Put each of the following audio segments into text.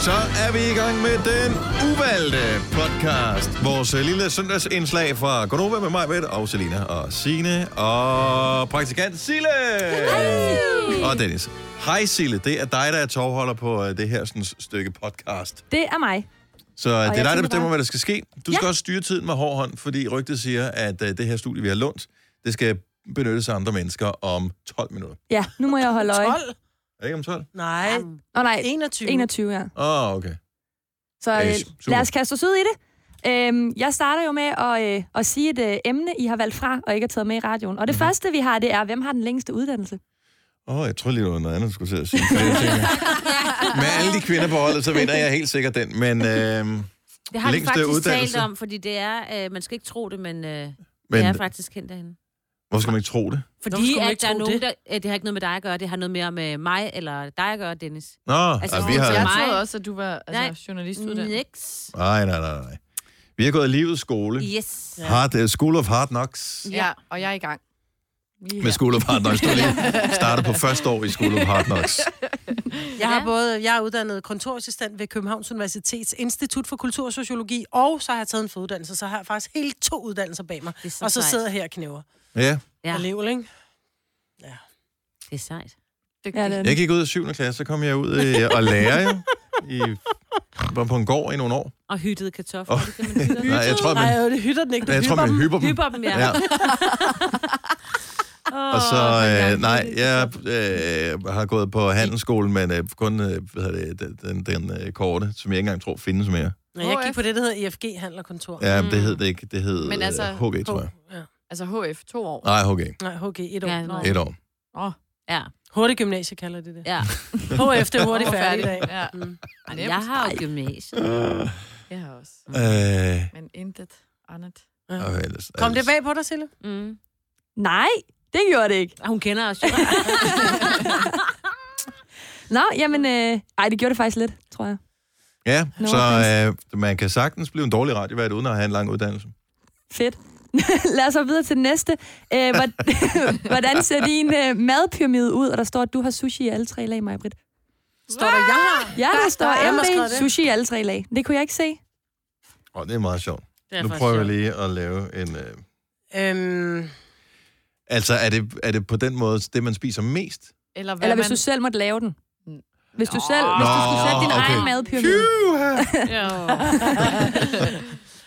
Så er vi i gang med den uvalgte podcast. Vores øh, lille søndagsindslag fra Gonova med mig, Britt, og Selina og Sine og praktikant Sille. Hej. Og Dennis. Hej Sille, det er dig, der er tovholder på øh, det her sådan, stykke podcast. Det er mig. Så øh, det er jeg dig, der tænker bestemmer, bare- hvad der skal ske. Du skal Ja. også styre tiden med hård hånd, fordi rygtet siger, at øh, det her studie, vi har lånt, det skal benyttes af andre mennesker om 12 minutter. Ja, nu må jeg holde øje. 12? Er det ikke om 12? Nej, Åh oh, nej, 21. 21, ja. Åh, oh, okay. Så Ja, øh, super. lad os kaste os ud i det. Øhm, jeg starter jo med at, øh, at sige et øh, emne, I har valgt fra og ikke har taget med i radioen. Mhm. Og det første, vi har, det er, hvem har den længste uddannelse? Åh, oh, jeg tror lige, det var noget andet, du skulle til at sige. Fordi jeg tænker, Med alle de kvinder på holdet, så vinder jeg helt sikkert den. Men, øh, Det har Længste de faktisk uddannelse. talt om, fordi det er, øh, man skal ikke tro det, men, øh, men det er men faktisk kendt af hende. hvorfor skal man ikke tro det? Hvorfor Fordi skulle man at ikke der er tro nogen, det? der, øh, det har ikke noget med dig at gøre, det har noget mere med mig eller dig at gøre, Dennis. Nå, altså, vi har... til Jeg mig. troede også, at du var altså, mm, journalistuddannet. Nix. Nej, nej, nej, nej. Vi har gået i livets skole. Yes. Hard, uh, School of Hard Knocks. Ja, og jeg er i gang. Lige Med her. School of Hard Knocks. Du har lige startet på første år i School of Hard Knocks. Jeg, har Ja. både, jeg er uddannet kontorassistent ved Københavns Universitets Institut for Kultur og Sociologi, og så har jeg taget en foduddannelse, så har jeg faktisk hele to uddannelser bag mig. Det er så og så sejt. sidder jeg her og knæver. Ja. Ja. Ja. Level, ikke? Det er sejt. Dygtig. Ja, det er den. Jeg gik ud af 7. klasse, så kom jeg ud øh, og lærer jo. I, var på en gård i nogle år. Og hyttede kartofler, Åh. oh. det kan man hytte. Nej, jeg tror, Nej, man, øh, det hytter den ikke. Det jeg tror, hytter man den. hyper dem. Hyper dem, ja. Ja. Oh, Og så, øh, nej, jeg øh, har gået på handelsskolen, men øh, kun øh, hvad hedder det, den, den øh, korte, som jeg ikke engang tror findes mere. Nå, jeg gik HF. på det, der hedder EFG Handel og Kontor. Ja, Mm. det hed det ikke. Det hed Men men altså, altså, HG, tror jeg. Ja. Altså HF, to år. Nej, HG. Nej, HG, et år. Ja, Ja, nå. Et år. Åh, ja. Hurtig gymnasie kalder det det. ja. HF, det er hurtigt det er færdig i færdigt. dag. Ja, Mm. Ej, Nemt. Jeg har jo gymnasiet. jeg har også. Øh, Men intet andet. og ellers, Kom det ellers- bag på dig, Sille? Mm. Nej, det gjorde det ikke. Og Hun kender os jo. Nå, jamen, øh, ej, det gjorde det faktisk lidt, tror jeg. Ja, No så øh, man kan sagtens blive en dårlig radiovært, uden at have en lang uddannelse. Fedt. Lad os så videre til den næste. Øh, hvor- hvordan ser din øh, madpyramide ud? Og der står, at du har sushi i alle tre lag, Majbrit. Står der, jeg har? Ja, der står der er mig skrevet MB det. sushi i alle tre lag. Det kunne jeg ikke se. Åh, det er meget sjovt. Det er Nu faktisk prøver jeg sjovt. lige at lave en... Øh, Øhm, altså, er det, er det på den måde det, man spiser mest? Eller, hvad Eller hvis man... du selv måtte lave den. Mm. Hvis du Nå. selv, hvis du skulle sætte din Nå, egen okay. madpyramide. Jo.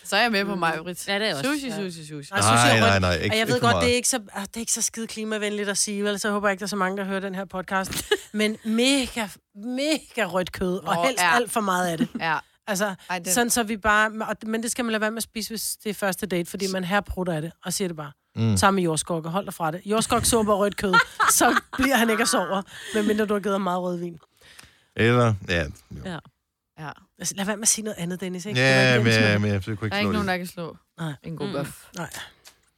Så er jeg med på mig, Britt. Ja, det er jeg også. Sushi, Ja. sushi, sushi. jeg synes, jeg Nej, er nej, rundt. nej. Ikke, Og jeg ved ikke godt, for det er meget. ikke så, ah, det er ikke så skide klimavenligt at sige, vel, så håber jeg ikke, der er så mange, der hører den her podcast. Men mega, mega rødt kød, og Nå, helst ja. alt for meget af det. Ja, Altså, ej, den... sådan så vi bare... og- Men det skal man lade være med at spise, hvis det er første date, fordi man her prutter af det, og siger det bare. Mm. Mm. Sammen med jordskokker, hold dig fra det. Jordskoksuppe og rødt kød, så bliver han ikke og sover, medmindre du har givet ham meget rødvin. Eller, ja. Jo. Ja. ja. Altså, lad være med at sige noget andet, Dennis, ikke? Ja, Det var men, øh, ikke ja, det, men jeg kunne ikke Der nå er ikke det. nogen, der kan slå Nej. en god Mm. bøf Nej.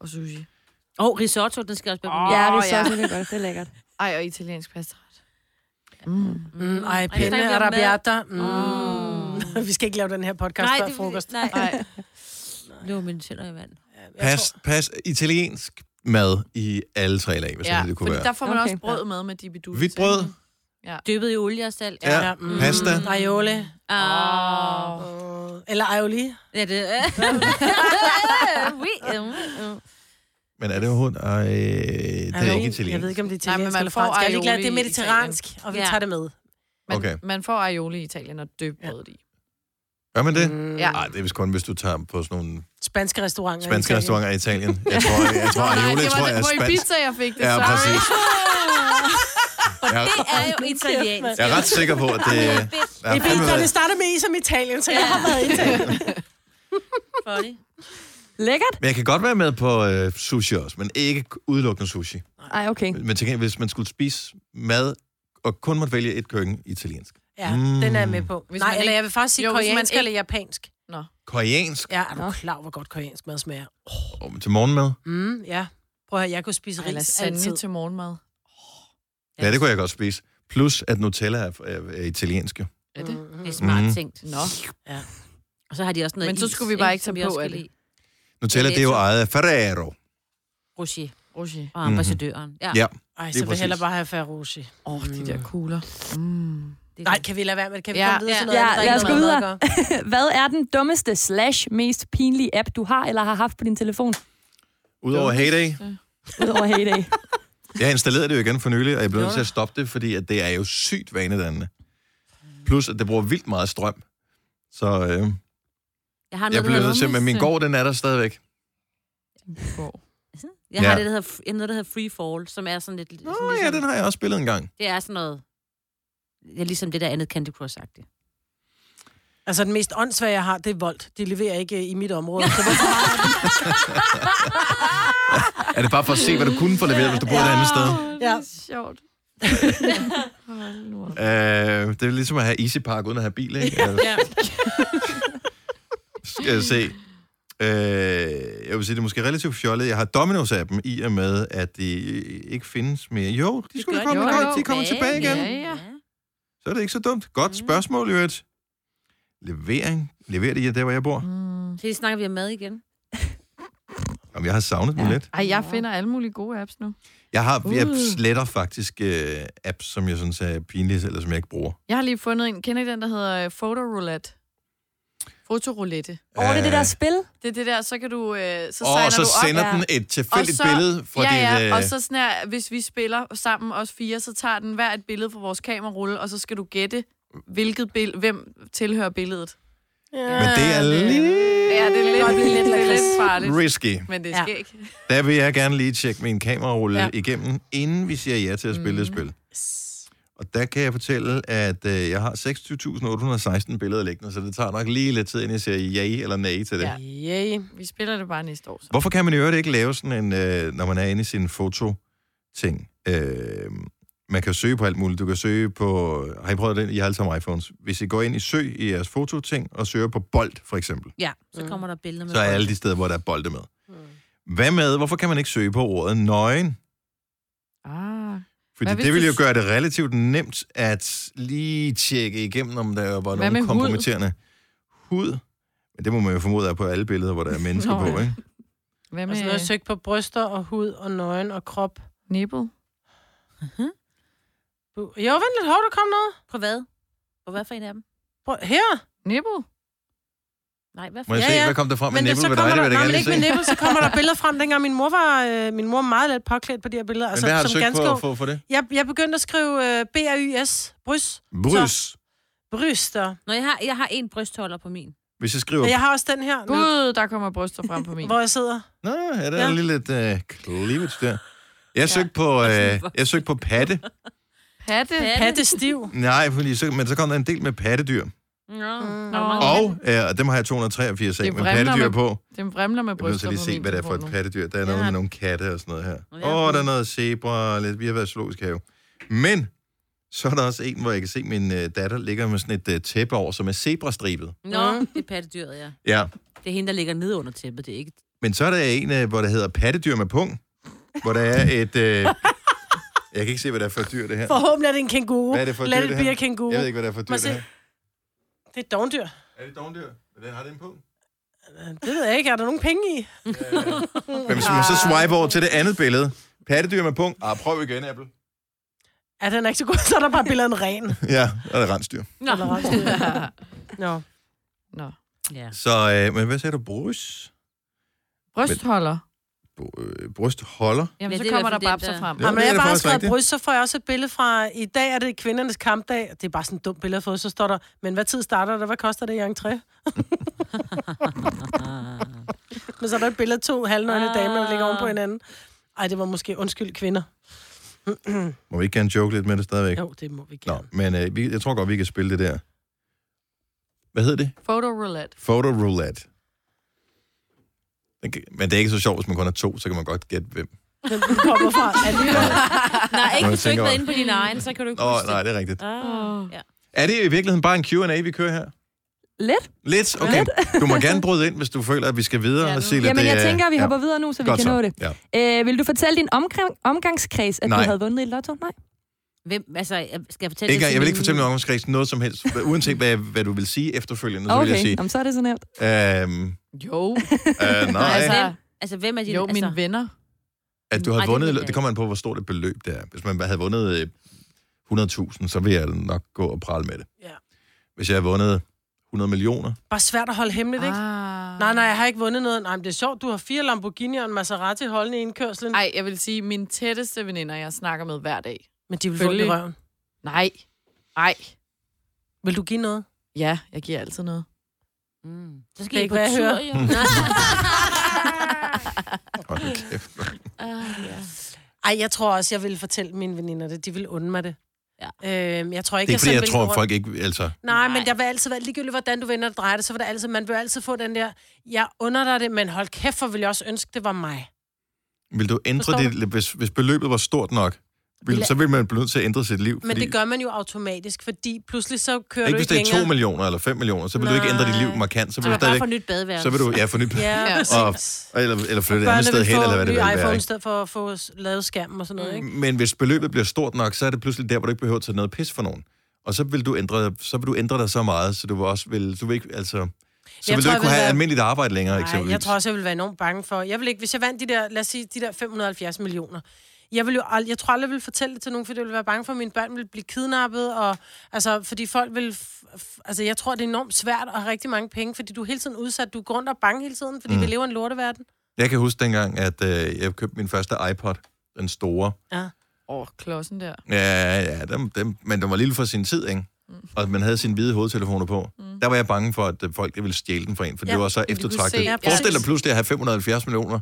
og sushi. Og risotto, den skal også være på min. Ja, det Åh, er så ja. det er godt. Det er lækkert. Ej, og italiensk pastaret. Mm. Mm, ej, snakker vi pinde, om arabiata. mad. Mm. vi skal ikke lave den her podcast Nej, før det frokost. Nej, Ej, det var mine tænder i vand. Jeg Pas, pas italiensk mad i alle tre lag, hvis ja, ja, det kunne fordi være. der får man Okay. også brød med med dibidus. Hvidt brød, Dyppet i olie og salt. ja, Ja, mm. pasta. tror- Aioli. Åh. Øh, Eller aioli. Ja, det er... Oui, mm, mm. Men er det overhovedet? Ej, det er ikke italiensk. Jeg ved ikke, om det er Nej, men italiensk man eller får fransk. Jeg er ligeglad, aioli det er i mediterransk, og vi Ja. tager det med. Man, Okay. okay. man får aioli i Italien og døbe Ja. brødet i. Gør man det? Mm. Ja. Nej, det er vist kun, hvis du tager på sådan nogle Spanske restauranter. i spanske Italien. restauranter i Italien. Jeg tror, jeg, jeg tror, Nej, aioli, det jeg tror, var jeg det er på spansk. pizza, jeg fik det. Ja, så. præcis. Jeg, Det er jo italiensk. jeg er ret sikker på, at det... Jeg har fandme Ibiza, det været- starter med I som Italien, så jeg har været i Italien. Funny. Lækkert? Men jeg kan godt være med på øh, sushi også, men ikke udelukkende sushi. Ej, okay. Men til gengæld, hvis man skulle spise mad, og kun måtte vælge et køkken italiensk. Ja, Mm. den er jeg med på. Hvis Nej, man eller ikke- jeg vil faktisk sige Jo, hvis man koreansk ikke- eller japansk. Koreansk Ja, er du Nå. klar, hvor godt koreansk mad smager? oh, til morgenmad. Mm, ja. Prøv at høre, jeg kunne spise Eller ris altid. sande til morgenmad. Ja, det kunne jeg godt spise. Plus, at Nutella er, er, er italiensk. jo. Er det? Mm, mm. Det er smart Mhm. tænkt. Nå. Og så har de også noget Men så is, skulle vi bare ikke som tage på også af kan det. lide. Nutella, det er jo ejet af Ferrero. Rocher Roger. og ambassadøren. Ja. Mhm. Ja. Ej, Lige så vil jeg præcis. hellere bare have Ferrucci. Åh, oh, de der kugler. Mm. Det er Nej, det. kan vi lade være med det? Kan vi Ja. komme videre til Ja. noget? Ja, andet, der lad ikke os har gå noget videre. at gøre? Hvad er den dummeste slash mest pinlige app, du har eller har haft på din telefon? Udover Heyday. Udover Heyday. Jeg installerede det jo igen for nylig, og jeg blev nødt Nå. til at stoppe det, fordi at det er jo sygt vanedannende. Plus, at det bruger vildt meget strøm. Så øh, Jeg har jeg noget, der blev hedder, nødt til, men min Lummis. gård, den er der stadigvæk. Går. Hm? jeg har Ja. det, der hedder, jeg har noget, der hedder Free Fall, som er sådan lidt... Nå sådan ligesom- ja, den har jeg også spillet en gang. Det er sådan noget... Ja, ligesom det der andet Candy Crush-agtigt. Altså, den mest åndssvage, jeg har, det er voldt. De leverer ikke øh, i mit område. Så hvorfor har jeg den? Er det bare for at se, hvad du kunne få leveret, hvis du boede et andet sted? det Ja. er sjovt. Hold nu op. Øh, det er ligesom at have Easy Park uden at have bil, ikke? Ja. Ja. Skal jeg se. Øh, jeg vil sige, det er måske relativt fjollet. Jeg har Domino's-appen i og med, at de ikke findes mere. Jo, de skulle da gør komme, de. de, godt, Jo, jo. Mhm. de kommer tilbage igen. Ja, ja. Så er det ikke så dumt. Godt spørgsmål, i øvrigt. Levering. Leverer de der, hvor jeg bor? Mm. Så snakker vi om mad igen. Jamen, jeg har savnet dem Ja. lidt. Ej, jeg finder alle mulige gode apps nu. Jeg, har, jeg Uh. sletter faktisk øh, apps, som jeg synes er pinlige, eller som jeg ikke bruger. Jeg har lige fundet en. Kender I den, der hedder øh, Photoroulette? Fotoroulette. Over det, er det der spil? Det er det der, så kan du... Øh, så signer Øh, og så du op. sender ja. den et tilfældigt Og så- billede fra øh, ja, dit... ja, og så sådan her, hvis vi spiller sammen, os fire, så tager den hver et billede fra vores kamerarulle, og så skal du gætte, hvilket bill- hvem tilhører billedet. men det er lige Ja, det er lidt, Godt, det er lidt lidt, lidt, lakrids. lidt farligt, risky. men det Ja. skal ikke. Der vil jeg gerne lige tjekke min kamerarulle ja. Ja. igennem, inden vi siger ja til at spille mm. det spil. Og der kan jeg fortælle, at øh, jeg har 26.816 billeder liggende, så det tager nok lige lidt tid, inden jeg siger ja eller nej til det. Ja. Ja. Yay. Vi spiller det bare næste år. Så. Hvorfor kan man i øvrigt ikke lave sådan en, øh, når man er inde i sin foto-ting? Øh, man kan jo søge på alt muligt. Du kan søge på... Har I prøvet det? I har alle sammen iPhones. Hvis I går ind i søg i jeres fototing og søger på bold, for eksempel, Ja, Mm. så kommer der billeder med... så er folk. alle de steder, hvor der er bolde med. Hvad med? Hvorfor kan man ikke søge på ordet nøgen? Ah. Fordi Hvad hvis det ville du- jo gøre det relativt nemt at lige tjekke igennem, om der var med nogle hud? kompromitterende hud. Men det må man jo formode er på alle billeder, hvor der er mennesker Nå, på, ja. ikke? Hvad Altså, nu har jeg øh. med søgt på bryster og hud og nøgen og krop. nipple? Bu- Jo, vent lidt. Hov, der kom noget. På hvad? På hvad for en af dem? Prøv- Her. Nipple? Nej, hvad for Må jeg Ja, ja, se, ja. hvad kom der frem med Men det, nippel så ved dig? kommer Det der, vil jeg da nej, men gerne ikke med lige se. nippel, så kommer der billeder frem. Dengang min mor var, øh, min mor var meget let påklædt på de her billeder. Altså, Men hvad har du søgt på for, for det? Jeg, jeg begyndte at skrive øh, B-R-Y-S, brys, Brys. bryster. Nå, jeg har, jeg har en brystholder på min. Hvis jeg skriver... Og jeg har også den her, nu, Gud, der kommer bryster frem på min. hvor jeg sidder. Nå, ja, der er Ja. lige lidt øh, cleavage der. Jeg søgte på, øh, jeg søgte på patte. Patte? Patte stiv. Nej, fordi så, men så kom der en del med pattedyr. Nå, Mm. der er mange Og, mænd. øh, og dem har jeg 283 af Det med vrimler pattedyr med på. Den vrimler med Jeg bliver nødt til bryster lige på se, min hvad det er for et telefon nu. pattedyr. Der er noget Ja. med nogle katte og sådan noget her. Nå, Åh, ja. oh, der er noget zebra og lidt. Vi har været i zoologisk have. Men så er der også en, hvor jeg kan se, at min øh, datter ligger med sådan et øh, tæppe over, som er zebrastribet. Nå, det er pattedyret, ja. Ja. Det er hende, der ligger nede under tæppet. Det er ikke... Men så er der en, øh, hvor der hedder pattedyr med pung. Hvor der er et... Øh, jeg kan ikke se, hvad det er for et dyr, det her. Forhåbentlig er det en kænguru. Hvad er det for et Lad dyr, det her? det blive kænguru. Jeg ved ikke, hvad det er for et dyr, Må det se. her. Det er et dogndyr. Er det dogndyr? Men den har den på. Det ved jeg ikke. Er der nogen penge i? Men hvis man så swipe over til det andet billede. Pattedyr med pung. Ah, prøv igen, Apple. Er den er ikke så god, så er der bare billedet af en ren. Ja, og det er rensdyr. Nå. Eller rensdyr. Nå. Nå. Ja. Så, øh, men hvad sagde du? Brys? Brystholder. Br- øh, Brystholder? Jamen, Ja, så det er i kommer hvert der fald den, babser der- frem. Ja. Ja, det Ah, men er jeg da bare har faktisk skrevet rigtigt. bryst, så får jeg også et billede fra, i dag er det kvindernes kampdag. Det er bare sådan et dumt billede at få, så står der, men hvad tid starter det, hvad koster det i entré? men så er der et billede af to halvnøgne Ah. damer, der ligger oven på hinanden. Ej, det var måske undskyld kvinder. Må vi ikke gerne joke lidt med det stadigvæk? Jo, det må vi gerne. Nå, men øh, vi, jeg tror godt, vi kan spille det der. Hvad hedder det? Photoroulette. Photo roulette. Den kan- Men det er ikke så sjovt, hvis man kun har to, så kan man godt gætte hvem. Hvem den kommer fra? Er det Nej, ikke Nå, jeg hvis du tænker ikke var over- inde på din egen, så kan du ikke Åh, huske nej, det. det er rigtigt. Ah. Ja. Er det i virkeligheden bare en Q&A, vi kører her? Lidt. Lidt? Okay. Du må gerne bryde ind, hvis du føler, at vi skal videre Ja, og nu- se lidt. øh, Jamen, det jeg er- tænker, at vi hopper videre nu, så vi Godt kan nå det. Ja. Øh, vil du fortælle din omkring, omgangskreds, at Nej. du havde vundet i lotto? Nej. Hvem, altså, jeg- skal jeg fortælle Ikke, til jeg vil ikke min- fortælle noget om omgangskreds, noget som helst. Uanset hvad, hvad du vil sige efterfølgende, så vil jeg Okay, sige. Jamen, så er det så nemt. Øhm, Jo. øh, nej, Altså- Hvem, altså, hvem er din... Jo, mine altså, venner. at du Ej, havde det ved vundet, jeg det kommer an på, hvor stort et beløb det er. Hvis man havde vundet øh, 100.000, så vil jeg nok gå og prale med det. Ja. Hvis jeg har vundet 100 millioner, Bare svært at holde hemmeligt, ikke? Ah. Nej, nej, jeg har ikke vundet noget. Nej, men det er sjovt, du har fire Lamborghini og en Maserati holdende i indkørslen. Ej, jeg vil sige, mine tætteste veninder, jeg snakker med hver dag. men de vil få ondt i selvfølgelig. røven. Nej. Nej. Vil du give noget? Ja, jeg giver altid noget. Mm. Så Det er skal I ikke, på hvad jeg tur, hører. jo. hold nu kæft. Ah, ja. Ej, jeg tror også, jeg ville fortælle mine veninder det. De ville undre mig det. Ja. Øhm, jeg tror Det ikke, er ikke, fordi selv jeg ville tror, gå at rundt- folk ikke... Altså, Nej, Nej. men der vil altid være ligegyldigt, hvordan du vender og drejer det, så vil der altid, man vil altid få den der, jeg under dig det, men hold kæft, hvor vil jeg også ønske, det var mig. vil du ændre Forstår det, hvis, hvis beløbet var stort nok? Vil, Vil- så vil man blive nødt til at ændre sit liv. Men det gør man jo automatisk, fordi pludselig så kører ikke, du hvis ikke det er 2 længere. millioner eller 5 millioner, så vil du ikke ændre dit liv Nej. markant. Så Ah, Så vil, var du bare for stadigvæk, nyt badeværelse. så vil du ja, få nyt, Ja, Ja. præcis. eller, eller flytte et Børnene andet sted vil hen, få eller hvad det ny vil være. iPhone i ikke? stedet for at få s- lavet skærmen og sådan noget, Mm. ikke? Men hvis beløbet bliver stort nok, så er det pludselig der, hvor du ikke behøver at tage noget pis for nogen. Og så vil du ændre, så vil du ændre dig så meget, så du vil også vil, du vil ikke, altså, så Jeg vil tror, du jeg ikke kunne vil have være- almindeligt arbejde længere, Nej, eksempelvis. jeg tror også, jeg ville være enormt bange for. Jeg vil ikke, hvis jeg vandt de der, lad os sige, de der 570 millioner, jeg, vil jo ald- jeg tror aldrig, jeg ville fortælle det til nogen, fordi jeg ville være bange for, at mine børn ville blive kidnappet, og, altså, fordi folk vil... F- f- altså, jeg tror, det er enormt svært at have rigtig mange penge, fordi du er hele tiden udsat. Du går rundt og er bange hele tiden, fordi mm. vi lever i en lorteverden. Jeg kan huske dengang, at øh, jeg købte min første iPod, den store. Ja. Åh, oh, klodsen der. Ja, ja, dem, dem, men den var lille for sin tid, ikke? Og man havde sine hvide hovedtelefoner på. Mm. Der var jeg bange for, at øh, folk de ville stjæle den fra en, for ja, Ja, det var så kunne eftertragtet. se- Ja, Forestil dig præcis. pludselig at have 570 millioner.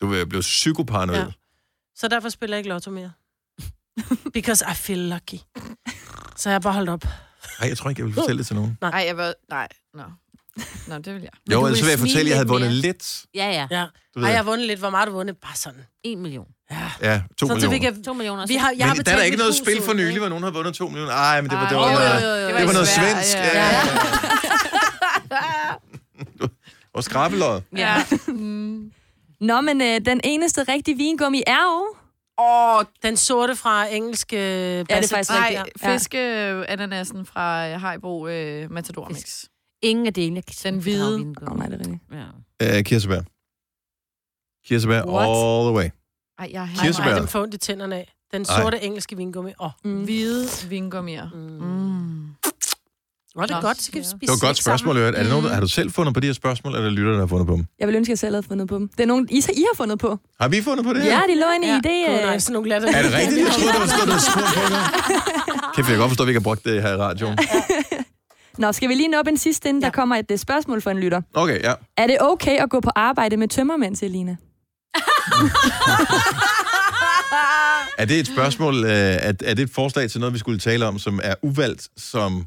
Du vil blive psykoparanoid. Ja. Ja. Så derfor spiller jeg ikke lotto mere. Because I feel lucky. Så jeg har bare holdt op. Nej, jeg tror ikke, jeg vil fortælle det til nogen. Nej, jeg vil... Nej, nå. Nå, det vil jeg. Men Jo, du ellers vil vil jeg snige fortælle, at jeg havde lidt vundet mere. lidt. Ja, ja. Ja. Du Ej, ved, jeg har vundet lidt. Hvor meget har du vundet? Bare sådan. 1 million. ja, to Sådan, så vi millioner. kan... To millioner. Vi har, jeg har men der er betalt da ikke mit noget hus spil ud, for nylig, ikke? hvor nogen har vundet 2 millioner. Ej, men det var, det Ej, var, jo, noget, jo, jo, jo. det var noget Det var i svensk. øh. Sverige, Ja, ja. ja. Og skrabelød. Ja. Mm. Nå, men øh, den eneste rigtige vingummi er jo... Åh, Den sorte fra engelske... Ja, det er faktisk nej, Ja. fiskeananasen fra øh, Haribo øh, Matador Mix. Ingen af delene. kan Den sgu hvide. drage vinen. Åh, oh, nej, det er rigtigt. Ja. Øh, kirsebær. Kirsebær What? all the way. Ej, jeg Kirsebær. har Nej, nej, dem får ondt i tænderne af. Den Ej. sorte Ej. engelske vingummi. Åh, oh, Mm. hvide vingummier. Mm. var det Nå, er godt, så kan vi ja. spise Det var et godt slik spørgsmål, sammen. Mm. Øret. Er det nogen, Mhm. har du selv fundet på de her spørgsmål, eller lytter, der har fundet på dem? Jeg vil ønske, at jeg selv havde fundet på dem. Det er nogen, I, I har fundet på. Har vi fundet på det her? Ja, de lå inde i Ja. det. Gud, Øh, nej, sådan nogle latter. Er det rigtigt? Jeg troede, der var stået noget skurt på det. Kæft, jeg kan godt forstå, at vi ikke har brugt det her i radioen. Nå, skal vi lige nå op en sidste, inden ja. Ja. der kommer et øh, spørgsmål fra en lytter. Okay, ja. Er det okay at gå på arbejde med tømmermænd, Selina? Er det et spørgsmål, øh, er, er det et forslag til noget, vi skulle tale om, som er uvalgt, som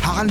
Harald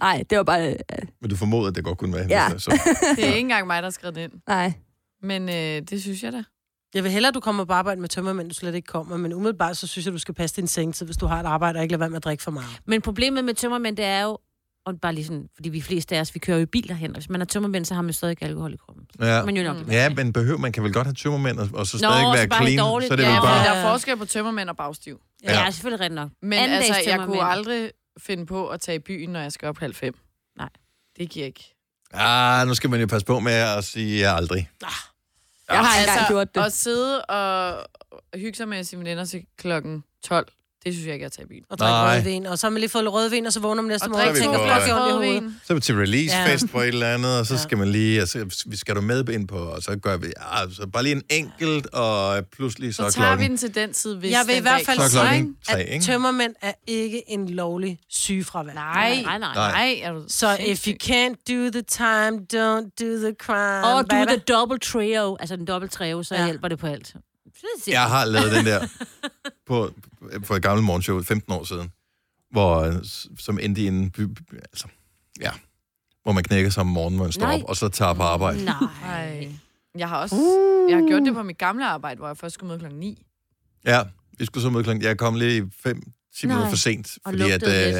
Nej, det var bare... Øh, Men du formoder, at det godt kunne være hende. Ja. altså, Så. Det er ikke engang mig, der har skrevet det ind. nej. Men øh, det synes jeg da. Jeg vil hellere, du kommer på arbejde med tømmermænd, du slet ikke kommer. Men umiddelbart, så synes jeg, du skal passe din sengtid, hvis du har et arbejde og ikke lade være med at drikke for meget. Men problemet med tømmermænd, det er jo, og bare lige sådan, fordi vi fleste af os, vi kører jo i biler hen, og hvis man er tømmermænd, så har man stadig ikke alkohol i kroppen. Ja. Ja. Men jo nok. ja, men behøver man kan vel godt have tømmermænd, og, og så Nå, stadig så være bare have clean, dårligt. så er det vel Ja, bare... Men ja. der er forskel på tømmermænd og bagstiv. Ja, ja selvfølgelig rigtigt nok. Men Anden altså, dags jeg kunne tømmermænd. aldrig finde på at tage i byen, når jeg skal op halv fem. Nej. Det giver ikke. Ah, nu skal man jo passe på med at sige ja, aldrig. Jeg har engang gjort det. Altså, At sidde og hygge sig med sine venner til klokken 12, det synes jeg ikke, jeg tager i bilen. Og drikke Nej. rødvin, og så har man lige fået lidt rødvin, og så vågner man næste Og morgen og drikke tænker, to fuck, glas jeg har ondt i rødvin. hovedet. Så er vi til releasefest Ja. på et eller andet, og så skal man lige, og så skal du med ind på, og så gør vi, ja, så bare lige en enkelt, og pludselig så, Så er tager vi klokken. den til den tid, hvis Jeg vil i den hvert dag fald Så er kommer, klokken ikke? tre, At ikke? tømmermænd er ikke en lovlig sygefravær. Nej, Nej, nej, Nej. nej. Er du Så if you can't do the time, don't do the crime. Og du er batter. the double trio, altså den dobbelt trio, så Ja. ja. hjælper det på alt. Så det er Jeg simpelthen- har lavet den der på, på et gammelt morgenshow 15 år siden, hvor, øh, s- som endte i en by, by- altså, ja, hvor man knækker sig om morgenen, hvor man står Nej. op, og så tager på arbejde. Nej. Jeg har også jeg har gjort det på mit gamle arbejde, hvor jeg først skulle møde klokken 9. Ja, vi skulle så møde klokken, jeg kom lige 5 10 minutter Nej. for sent, Og fordi at, lugtede øh,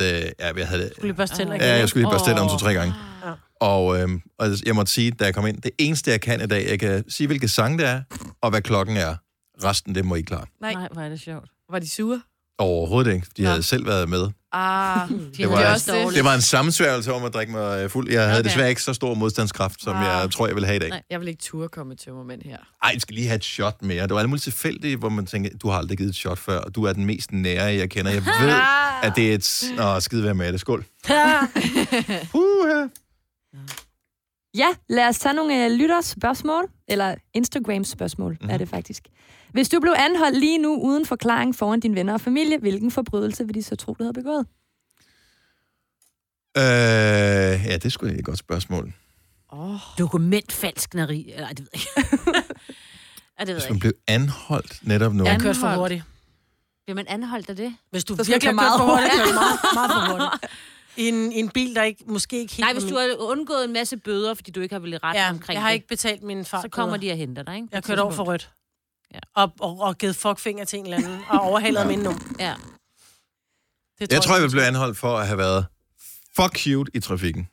at øh, ja, jeg havde, Skulle lige børste tænder igen, ja, ikke? jeg skulle lige bare stille om Åh. to-tre gange. Ja. Og, øhm, og jeg måtte sige, da jeg kom ind, det eneste, jeg kan i dag, jeg kan sige, hvilke sang det er, og hvad klokken er. Resten, det må I klare. Nej, hvor er det sjovt. Var de sure? Overhovedet ikke. De Nå. havde selv været med. Ah, det, Det var- er også det. dårligt. Det var en sammensværgelse om at drikke mig øh, fuld. Jeg havde okay. Okay. desværre ikke så stor modstandskraft, som Ah. jeg tror, jeg ville have i dag. Nej. Jeg vil ikke turde komme til tømmermænd her. Ej, jeg skal lige have et shot mere. Det var alle mulige tilfældige, hvor man tænker, du har aldrig givet et shot før, og du er den mest nære, jeg kender. Jeg ved, at det er et... s- Nå, skide være med det. Skål. Uh-huh. Ja, lad os tage nogle øh, lytterspørgsmål, eller Instagram-spørgsmål mm-hmm. er det faktisk. Hvis du blev anholdt lige nu uden forklaring foran dine venner og familie, hvilken forbrydelse vil de så tro, du havde begået? Øh, ja, det er sgu et godt spørgsmål. Dokumentfalskneri. Nej, det ved jeg ikke. ja, det ved Hvis jeg man ikke. blev anholdt netop nu. Jeg har kørt for hurtigt. Bliver man anholdt af det? Hvis du Så skal virkelig har man køre kørt for meget hurtigt, kører du meget, meget for hurtigt. I en, i en bil, der ikke, måske ikke helt... Nej, hvis du har undgået en masse bøder, fordi du ikke har villet ret ja, omkring jeg har det, ikke betalt min far. så kommer de og henter dig, ikke? Jeg kørte over for rødt. Ja. Og, og, og givet fuckfinger til en eller anden, og overhalede min nu. Ja. Det Jeg tror, jeg vil blive anholdt for at have været for cute i trafikken.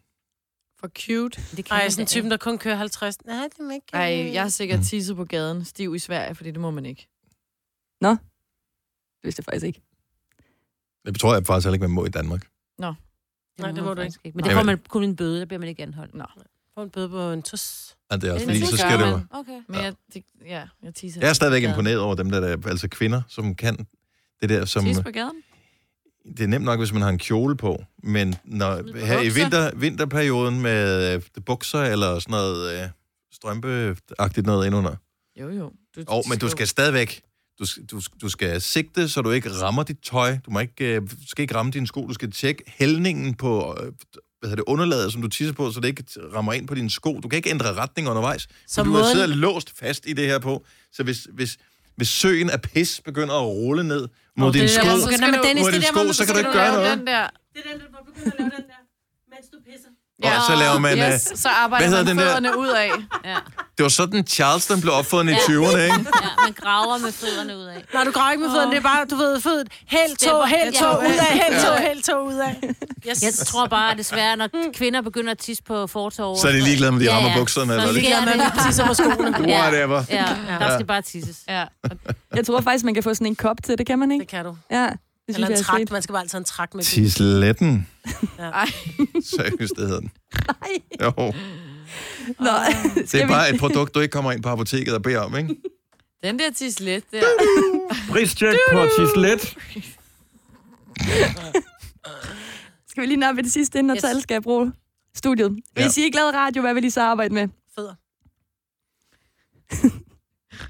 For cute. Det kan Ej, man sådan en da type, der kun kører 50. Nej, det er ikke... Ej, jeg har Mm. sikkert tisset på gaden, stiv i Sverige, fordi det må man ikke. Det vidste jeg faktisk ikke. Det tror jeg faktisk heller ikke, man må i Danmark. ikke. Nej, det må du faktisk ikke. Men det Nej, får men- man kun en bøde, der bliver man ikke anholdt. Nå. Få en bøde på en tus. Ja, det er også, Men fordi det så gør skal det man. jo... Okay. Men jeg, det, ja, jeg tisser. Jeg er stadigvæk Ja. imponeret over dem, der er altså kvinder, som kan det der, som... Tisse på gaden? Det er nemt nok, hvis man har en kjole på, men når, Med her i bukser. vinter, vinterperioden med øh, bukser eller sådan noget øh, strømpeagtigt noget indenunder. Jo, jo. Du, Og, men du skal stadigvæk... Du, sk- du, sk- du skal sigte, så du ikke rammer dit tøj. Du må ikke, øh, du skal ikke ramme dine sko. Du skal tjekke hældningen på øh, hvad hedder det, underlaget, som du tisser på, så det ikke t- rammer ind på dine sko. Du kan ikke ændre retning undervejs. Så Så du måden... måden- sidder låst fast i det her på. Så hvis, hvis, hvis søen af pis begynder at rulle ned mod dine det er sko, der, hvor- mod Nå, men Dennis, dine sko, så kan du ikke gøre lave noget. Den der. Det er den, der begynder at lave den der, mens du pisser. Ja, så laver man... øh, Yes, så arbejder hvad hedder man den der? fødderne ud af. Ja. Det var sådan, Charleston blev opfundet i 20'erne, ikke? ja, man graver med fødderne ud af. Nej, du graver ikke med fødderne, det er bare, du ved, fødet. Hæld tå, Stemmer. hæld Ja. tå, ud af, hæld tå, hæld tå, ud af. Yes. Jeg tror bare, at desværre, når kvinder begynder at tisse på fortorv... Så er de ligeglade med, om de rammer bukserne, så eller det. sker Ja, man tisser på skoene. Whatever. Ja, der skal bare tisses. Ja. Jeg tror faktisk, man kan få sådan en kop til, det kan man Det ikke? kan du. Ja, det synes Eller en jeg er trakt, fedt. man skal bare altid have en trakt med. i bilen. Tisletten. Ej, Seriøst, det hedder den. Jo, Nå, det er skal vi, bare et produkt, du ikke kommer ind på apoteket og beder om, ikke? den der tisse lidt der. Prischeck på tislet. skal vi lige nappe det sidste, inden yes. Yes. tal skal bruge studiet. Hvis I ikke lavede radio, hvad vil I så arbejde med? Fødder.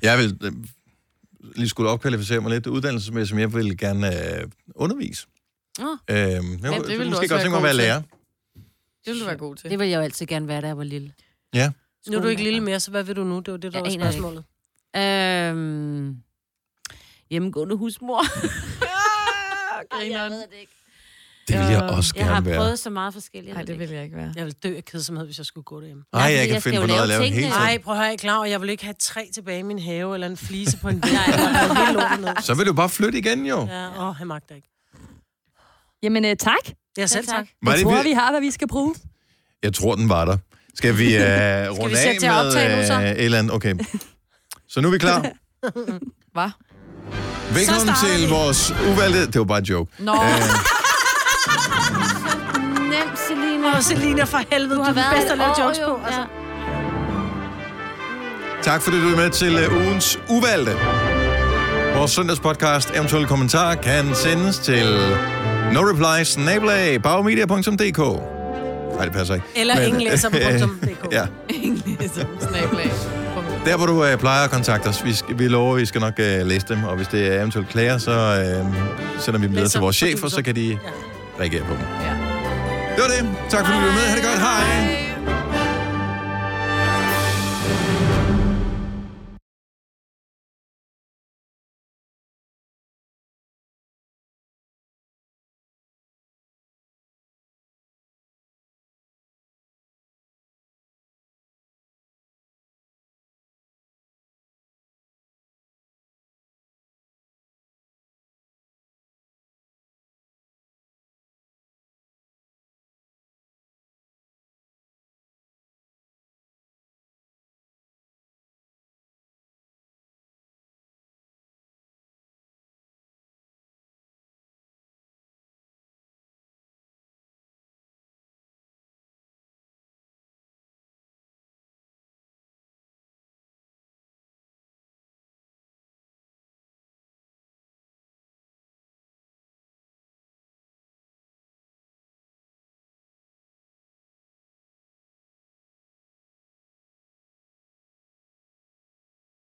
Jeg vil øh, lige skulle opkvalificere mig lidt uddannelsesmæssigt, men jeg vil gerne øh, undervise. Nå. Øhm, jeg, ja, vil måske du også godt være tænke mig at være god til. lærer. Det ville du være god til. Det vil jeg jo altid gerne være, da jeg var lille. Ja. Nu er du ikke lille mere, så hvad vil du nu? Det var det, der Jeg var aner ikke. spørgsmålet. Øhm, hjemmegående husmor. Grineren. det ikke. Det vil jeg også Jeg har gerne være. prøvet så meget forskelligt. Nej, det vil jeg ikke være. Jeg ville dø af kedsomhed, hvis jeg skulle gå derhjemme. Nej, fordi jeg kan jeg finde skal på jo noget at lave lave hele tingene. tiden. Nej, prøv at høre, jeg er klar, og jeg vil ikke have et træ tilbage i min have, eller en flise på en væg. Nej. Så vil du bare flytte igen, jo. Ja, åh, han magter ikke. Jamen, øh, tak. Ja, selv tak. Var Jeg det tror, vir- vi har, hvad vi skal bruge. Jeg tror, den var der. Skal vi øh, runde sætte til at af optage nu, med så? øh, et eller andet? Okay. Så nu er vi klar. Hvad? Velkommen starter til vi. vores uvalgte... Det var bare en joke. Nå, Nemt, Selina. Åh, Selina, for helvede, du, Du er har den været bedste at lave et år, jokes jo. på. Altså. Ja. Tak fordi du er med til øh, ugens uvalgte. Vores søndagspodcast, eventuelle kommentarer, kan sendes til noreplies.nabelag.bagmedia.dk Nej, det passer ikke. Eller Men, ingenlæser.dk. ja. Snablag. Der, hvor du øh, plejer at kontakte os, vi, skal, vi lover, vi skal nok øh, læse dem, og hvis det er eventuelt klager, så øh, sender vi dem videre til vores chef, og så kan de reagere på dem. Det var det. Tak fordi du var med. Ha' det godt. Hej.